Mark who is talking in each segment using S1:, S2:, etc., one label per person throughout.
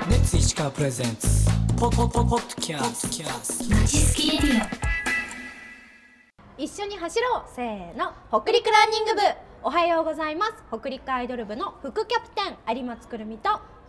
S1: ープレゼンツポポポポッドキャスト
S2: ちすきレディ
S3: 一緒に走ろうせーの北陸ランニング部おはようございます北陸アイドル部の副キャプテン有松くるみと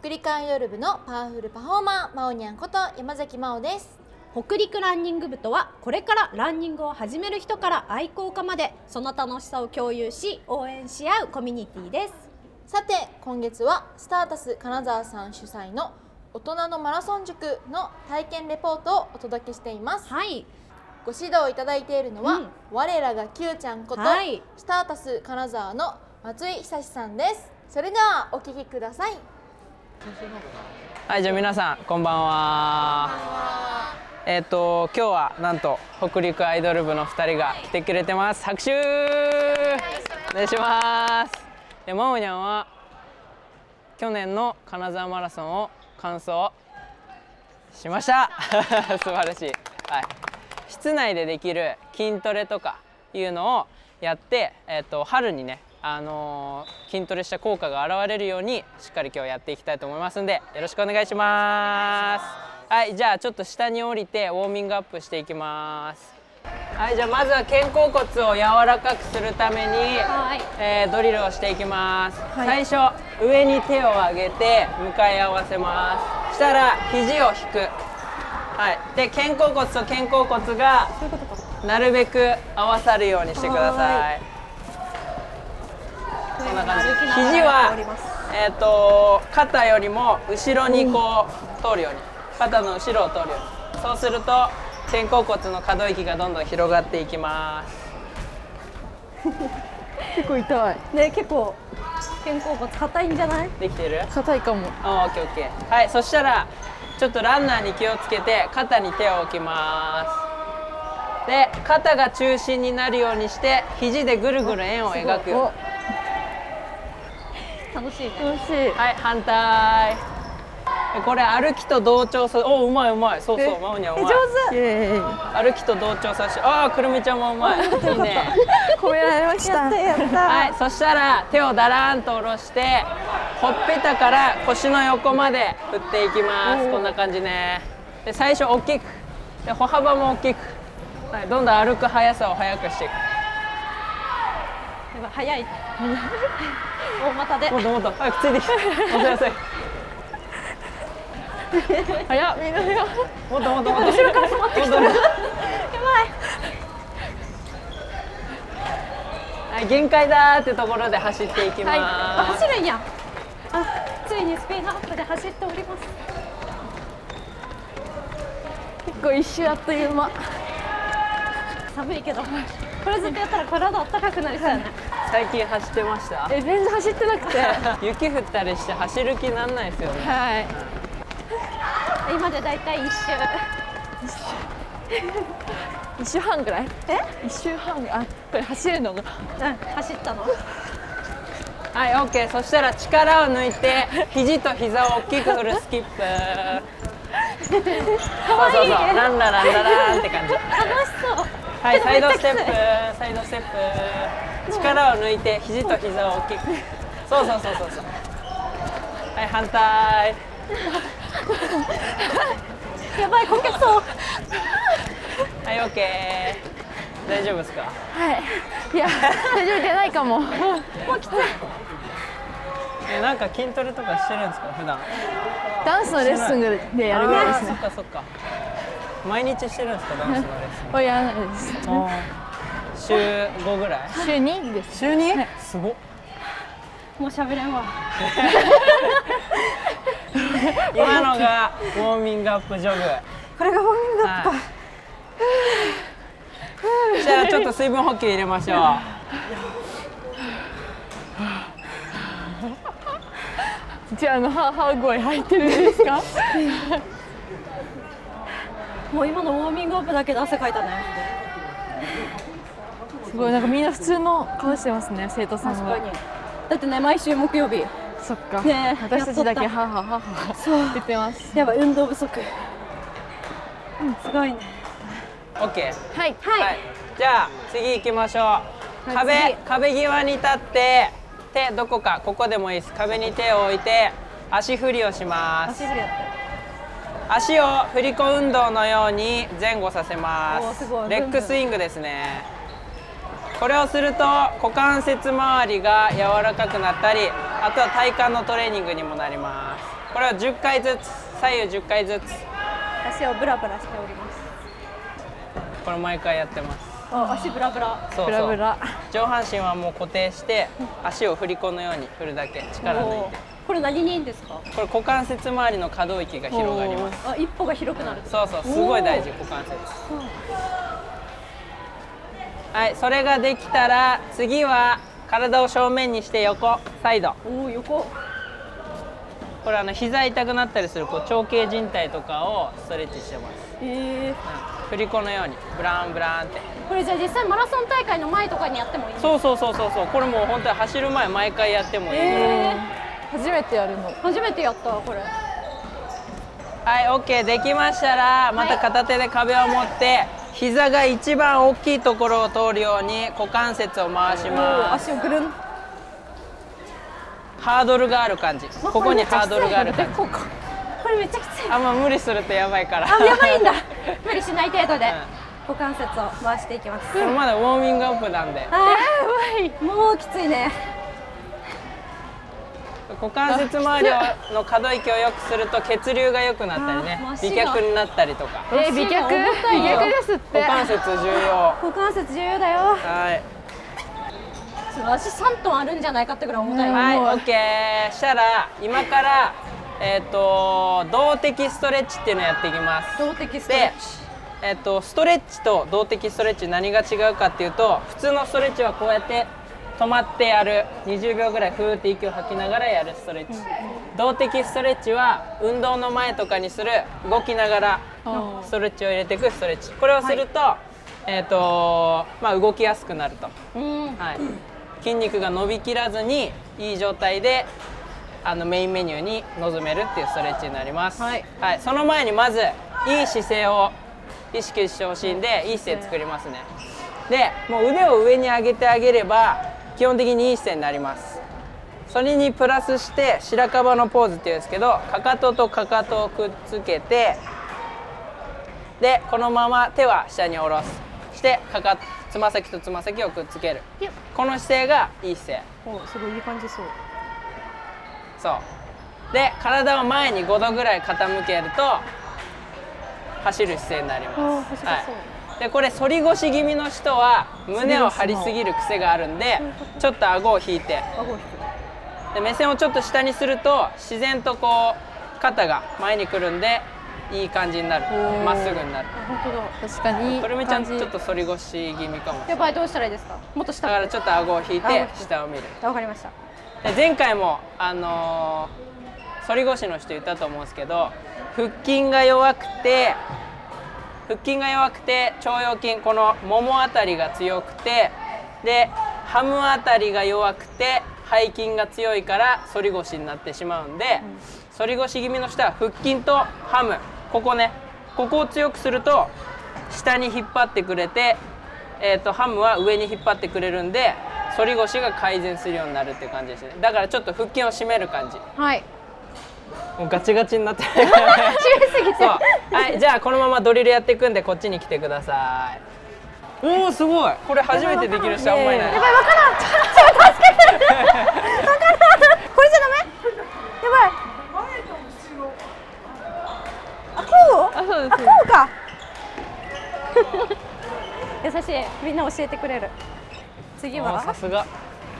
S4: 北陸アイドル部のパワフルパフォーマーまおにゃんこと山崎まおです
S3: 北陸ランニング部とはこれからランニングを始める人から愛好家までその楽しさを共有し応援し合うコミュニティです
S4: さて今月はスタータス金沢さん主催の大人のマラソン塾の体験レポートをお届けしています
S3: はい
S4: ご指導いただいているのは、
S3: うん
S4: 我らが Q ちゃんこと、
S3: はい
S4: スタータス金沢の松井久志さんですそれではお聞きください
S5: はい、じゃあ皆さんこんばんは。えっ、と今日はなんと北陸アイドル部の2人が来てくれてます。拍手。お願いします。でまおにゃんは去年の金沢マラソンを完走しました。 素晴らしい。はい。室内でできる筋トレとかいうのをやって、えっと春にね、あのー筋トレした効果が現れるようにしっかり今日やっていきたいと思いますんでよろしくお願いしますはいじゃあちょっと下に降りてウォーミングアップしていきますはいじゃあまずは肩甲骨を柔らかくするために、
S3: はい
S5: えードリルをしていきます、最初上に手を上げて向かい合わせますしたら肘を引くはい、で肩甲骨と肩甲骨がなるべく合わさるようにしてください。こんな感じ。肘はえっ、と肩よりも後ろにこう通るように、肩の後ろを通るように。そうすると肩甲骨の可動域がどんどん広がっていきます。
S3: ね結構肩甲骨硬いんじゃない
S5: できてる？
S6: 硬いかも
S5: あオッケーオッケーはいそしたらちょっとランナーに気をつけて肩に手を置きますで肩が中心になるようにして肘でぐるぐる円を描くよ
S3: 楽しいね
S6: 楽しい
S5: はい反対これ歩きと同調さおうまいうまいそうそう
S6: え
S5: マオニャうまい
S6: イエー
S5: 歩きと同調させああくるみちゃんもうまいいいね
S6: イ褒められました
S5: はい、そしたら手をだらーんと下ろしてほっぺたから腰の横まで振っていきますこんな感じねで最初大きくで歩幅も大きく、はい、どんどん歩く速さを速くしていく
S3: やっぱ早い大股で
S5: もっともっと早くついてきて押せ押せ早っみんな早っもっともっともっと後ろから迫ってきたやばいはい限界だーってところで走っていきます、
S3: はいあ走るんやあついにスピードアップで走っております
S6: 結構一周あっという間
S3: 寒いけどこれずっとやったら体あったかくなりそうやね
S5: 最近走ってました
S6: え全然走ってなくて
S5: 雪降ったりして走る気なんないですよね
S6: はい
S3: 今でだいたい一周
S6: 一周半ぐらいえ一周半あこれ走るのが
S3: うん走ったの
S5: はい OK そしたら力を抜いて肘と膝を大きく振るスキッ プそうそうそうランラランラランって感じ
S3: 楽しそう
S5: はいサイドステップサイドステップ力を抜いて肘と膝を大きくそうそうそうそうそうはい反 対
S3: やばいこけそう
S5: はい OK 大丈夫ですか
S6: はいいや大丈夫じゃない かも
S5: えなんか筋トレとかしてるんですか普段
S6: ダンスのレッスンでやるぐらいです
S5: あーそっ
S6: ね
S5: かそっか毎日してるんですかダンスのレッスン
S6: これやらないです
S5: 週5ぐらい
S6: 週2です週 2?
S5: すご
S3: もう喋れんわ
S5: 今のがウォーミングアップジョグ
S6: これが本人だ
S5: はいそしたらちょっと水分補給入れ ましょう
S6: じゃああのハーハー声入ってるんですか
S3: もう今のウォーミングアップだけで汗かいたね
S6: すごいなんかみんな普通の顔してますね生徒さんは
S3: だってね毎週木曜日
S6: そっか
S3: ねえ
S6: 私たちだけ
S3: やっとった
S6: ハーハーハーハー言ってます
S3: やばい運動不足うんすごいね
S5: OK
S6: はい
S5: はい、じゃあ次行きましょう壁壁際に立って手どこかここでもいいです壁に手を置いて足振りをします
S3: 足振りやっ
S5: 足を振り子運動のように前後させま
S3: おー
S5: す
S3: すごい
S5: レックスイングですねこれをすると股関節周りが柔らかくなったりあとは体幹のトレーニングにもなりますこれを10回ずつ左右10回ずつ
S3: 足をブラブラしております
S5: これ毎回やってます
S3: あ足ブラブラ
S5: そうそう
S6: ブラブラ
S5: 上半身はもう固定して足を振り子のように振るだけ力抜いて
S3: これ何にいいんですか
S5: これ股関節周りの可動域が広がります
S3: あ一歩が広くなる
S5: そうそうすごい大事股関節はいそれができたら次は体を正面にして横サイド
S3: おお横
S5: これあの膝痛くなったりするこう長径靭帯とかをストレッチしてます
S3: え
S5: 振り子のようにブランブランって
S3: これじゃあ実際マラソン大会の前とかにやってもいい
S5: そうそうそうそうそうこれもう本当に走る前毎回やってもいい、
S3: え
S6: 初めてやるの
S3: 初めてやったこれ
S5: はいオッケーできましたらまた片手で壁を持って膝が一番大きいところを通るように股関節を回します
S3: 足をぐるん
S5: ハードルがある感じここにハードルがある感じ
S3: ここれめっちゃきつい
S5: あんま無理するとやばいから
S3: あやばいんだ無理しない程度で
S5: う
S3: 股関節を回していきます
S5: これ まだウォーミングアップなんで
S3: あーやばいもうきついね
S5: 股関節周りをの可動域を良くすると血流が良くなったりね
S3: あー真っ
S5: 美
S3: 白
S5: 脚になったりとか
S6: えー美脚
S3: 重たい
S6: 美
S3: よ
S6: 脚ですって
S5: 股関節重要
S3: 股関節重要だよ
S5: はい
S3: 足3トンあるんじゃないかってぐらい重たいよ、
S5: はい、
S6: も
S5: オ
S6: う
S5: ッケー。したら今からえっ、と動的ストレッチっていうのをやっていきます。
S3: 動的ストレ
S5: で
S3: ッチ、
S5: えっ、とストレッチと動的ストレッチ何が違うかっていうと、普通のストレッチはこうやって止まってやる、20秒ぐらいふーって息を吐きながらやるストレッチ。動的ストレッチは運動の前とかにする動きながらストレッチを入れていくストレッチ。これをすると、えっ、とまあ動きやすくなると。
S3: うん
S5: はい、筋肉が伸びきらずにいい状態であのメインメニューに臨めるっていうストレッチになります、
S3: はい
S5: その前にまずいい姿勢を意識してほしいんでいい姿勢作りますねでもう腕を上に上げてあげれば基本的にいい姿勢になりますそれにプラスして白樺のポーズっていうんですけどかかととかかとをくっつけてでこのまま手は下に下ろすしてかかつま先とつま先をくっつけるこの姿勢がいい姿勢
S3: おすごいいい感じそう
S5: そうで体を前に5度ぐらい傾けると走る姿勢になります、はい、でこれ反り腰気味の人は胸を張りすぎる癖があるんでちょっと顎を引いてで目線をちょっと下にすると自然とこう肩が前に来るんでいい感じになる
S6: ー
S5: まっすぐになる
S6: 本当だ確かに
S5: とるみちゃんち
S6: 感
S5: ょ
S6: じ
S5: っと反り腰気味かも
S3: やばいどうしたらいいですかもっと
S5: だ
S3: 下
S5: からちょっと顎を引い
S3: 顎を引
S5: て
S3: いて
S5: 下を見る
S3: わかりました
S5: で前回もあのー反り腰の人言ったと思うんですけど腹筋が弱くて腹筋が弱くて腸腰筋このももあたりが強くてでハムあたりが弱くて背筋が強いから反り腰になってしまうんで、反り腰気味の人は腹筋とハムここねここを強くすると下に引っ張ってくれて、えー、とハムは上に引っ張ってくれるんで反り腰が改善するようになるっていう感じですねだからちょっと腹筋を締める感じ
S3: はい
S5: もうガチガチになってる締めすぎてはいじゃあこのままドリルやっていくんでこっちに来てくださいおおすごいこれ初めてできる人あんまりない
S3: やばいわからんちょっと助けてわからんこれじゃダメやばいあこう
S6: あそうで
S3: あ
S6: す
S3: こ
S6: よ
S3: うか優しいみんな教えてくれる次
S5: おーさ
S3: は
S5: すが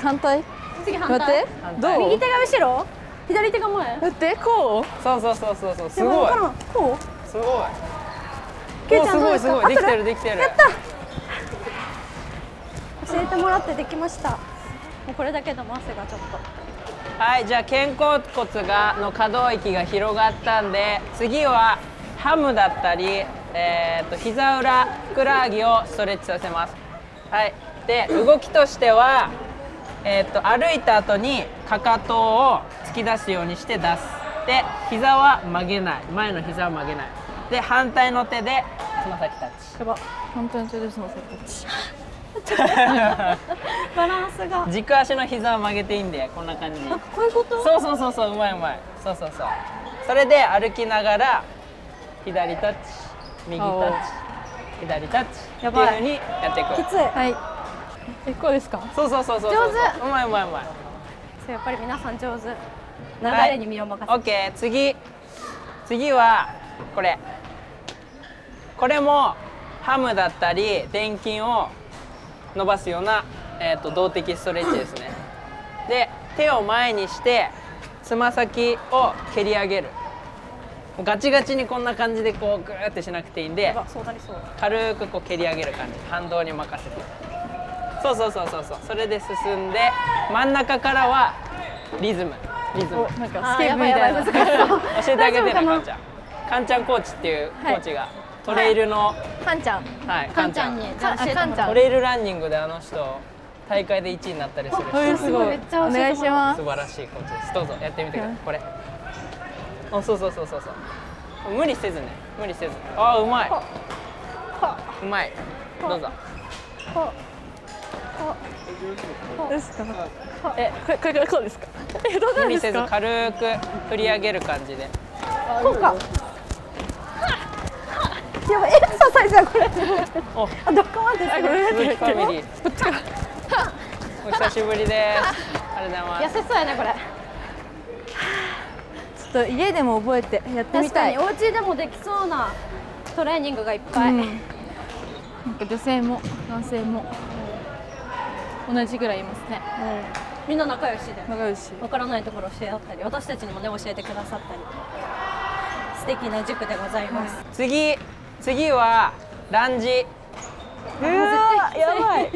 S6: 反対
S3: 次反
S6: 待っ
S3: 対
S6: てどう
S3: 右手が後ろ左手が前
S6: 待ってこ
S5: そうそうそうそうそうす
S3: やば
S5: ごい
S3: わからんこう
S5: すごい
S3: けいちゃん
S5: お
S3: どう
S5: ー
S3: ですす
S5: ご
S3: か
S5: いすごいでき
S3: 合ってて
S5: る
S3: る
S5: できてる
S3: やった教えてもらってできましたもうこれだけでも汗がちょっと
S5: はいじゃあ肩甲骨がの可動域が広がったんで次はハムだったり、えー、と膝裏ふくらはぎをストレッチさせますはいで動きとしては、えー、と歩いた後にかかとを突き出すようにして出すで膝は曲げない前の膝は曲げないで反対の手でつま先タッチ
S6: うやば本当にちょっとすみませんこっち
S3: バランスが
S5: 軸足の膝を曲げていいんでこんな感じで
S3: こういうこと
S5: そうそうそうそううまいうまいそうそうそうそれで歩きながら左タッチ右タッチ左タッチってい
S3: や
S5: う
S3: ばい
S5: 風にやってい
S3: き
S5: く
S3: つい
S6: はいえこうですか
S5: そうそうそうそう
S3: 上
S5: 手うまいうまいうまい
S3: そうやっぱり皆さん上手流
S5: はい
S3: れに身を任せて、
S5: オッケー次次はこれこれもハムだったり転筋を伸ばすような、えー、と動的ストレッチですねで手を前にしてつま先を蹴り上げるガチガチにこんな感じでこうグーってしなくていいんで
S3: やばそうなりそう
S5: 軽くこう蹴り上げる感じ反動に任せてそうそうそうそうそうそれで進んで真ん中からはリズムリズム
S6: おなんか
S3: あー
S6: スケー
S3: や
S6: プ
S3: ば
S6: み
S3: いや
S6: た
S3: ば
S6: い
S3: い
S6: な
S3: 難しそう
S5: 教えて
S3: 大
S5: あげて
S3: 丈夫か
S5: ね
S3: な
S5: かんちゃんかんちゃんコーチっていうコーチが、トレイルの、は
S6: カンちゃん
S5: い、
S3: かんちゃんにじゃあ教えてもら
S6: かんちゃ
S5: ト
S6: ん
S5: レイルランニングであの人大会で1位になったりする人
S6: え
S3: すごいめっちゃ
S6: お
S3: 教え
S6: 願
S3: て
S6: い
S3: も
S6: し
S3: ら
S6: ます
S5: 素晴らしいコーチですどうぞやってみてくださいこれあそうそうそうそうそう無理せずね無理せずあーうまいうまいどうぞ
S6: どうですかえこれこれこれこうですかえどう
S5: 無
S6: なんで
S5: 理せ
S6: す
S5: ず
S6: か
S5: 軽く振り上げる感じで
S3: こうかやばいエクササイズだこれ
S5: お
S3: あどこまで
S6: あごめんなさ
S5: 鈴
S6: い
S5: 木ファミリーお久しぶりですありがとう
S3: 痩
S5: ございます
S3: せそうやねこれ
S6: ちょっと家でも覚えてやって
S3: 確
S6: み
S3: か
S6: た
S3: に
S6: い
S3: お家でもできそうなトレーニングがいっぱい、
S6: うんなんか女性も男性も同じぐらいいますね
S3: みんな仲良しで
S6: 仲良し
S3: わからないところ教え合ったり私たちにもね教えてくださったり素敵な塾でございます、
S5: 次次はランジうわやばい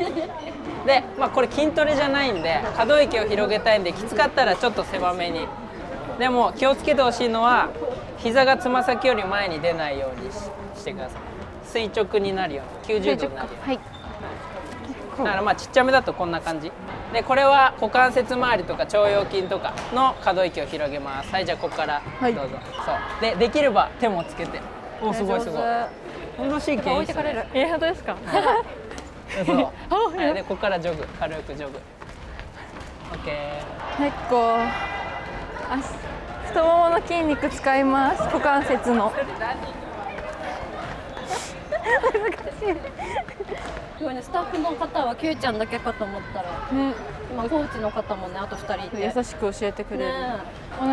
S5: で、まあ、これ筋トレじゃないんで可動域を広げたいんできつかったらちょっと狭めにでも気をつけてほしいのは膝がつま先より前に出ないようにししてください垂直になるように90度になるように
S6: はい
S5: だからまあちっちゃめだとこんな感じでこれは股関節周りとか腸腰筋とかの可動域を広げますはいじゃあここからど
S6: は
S5: う
S6: い
S5: ぞ、そうでできれば手もつけておすごいすごい運動神経いいっすね
S3: 置いて かれる
S6: え本当ですか
S5: そう
S6: お
S5: はいでここからジョグ軽くジョグ オッケ
S6: 結構足太ももの筋肉使います股関節の
S3: すごいねスタッフの方は Q ちゃんだけかと思ったら
S6: ね
S3: 今コーチの方もねあと2人いて
S6: 優しく教えてく
S3: ね
S6: れる、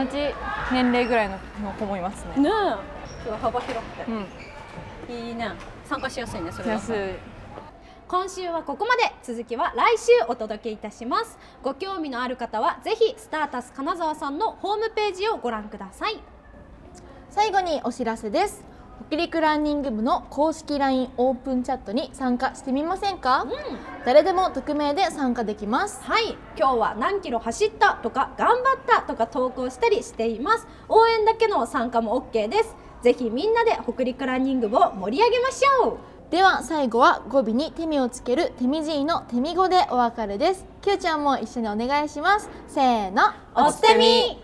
S6: 同じ年齢ぐらいの子もいます
S3: え
S6: ね
S3: ねえすごい幅広くて
S6: うん
S3: いいね参加しやすいねそれは
S6: 安い
S3: 今週はここまで続きは来週お届けいたしますご興味のある方はぜひスタータス金沢さんのホームページをご覧ください
S4: 最後にお知らせです北陸ランニング部の公式 LINE オープンチャットに参加してみませんか、誰でも匿名で参加できます
S3: はい今日は何キロ走ったとか頑張ったとか投稿したりしています応援だけの参加も OK ですぜひみんなで北陸ランニング部を盛り上げましょう
S4: では最後は語尾に手みをつける手みじいの手み語でお別れですきゅうちゃんも一緒にお願いしますせーの
S3: おつてみ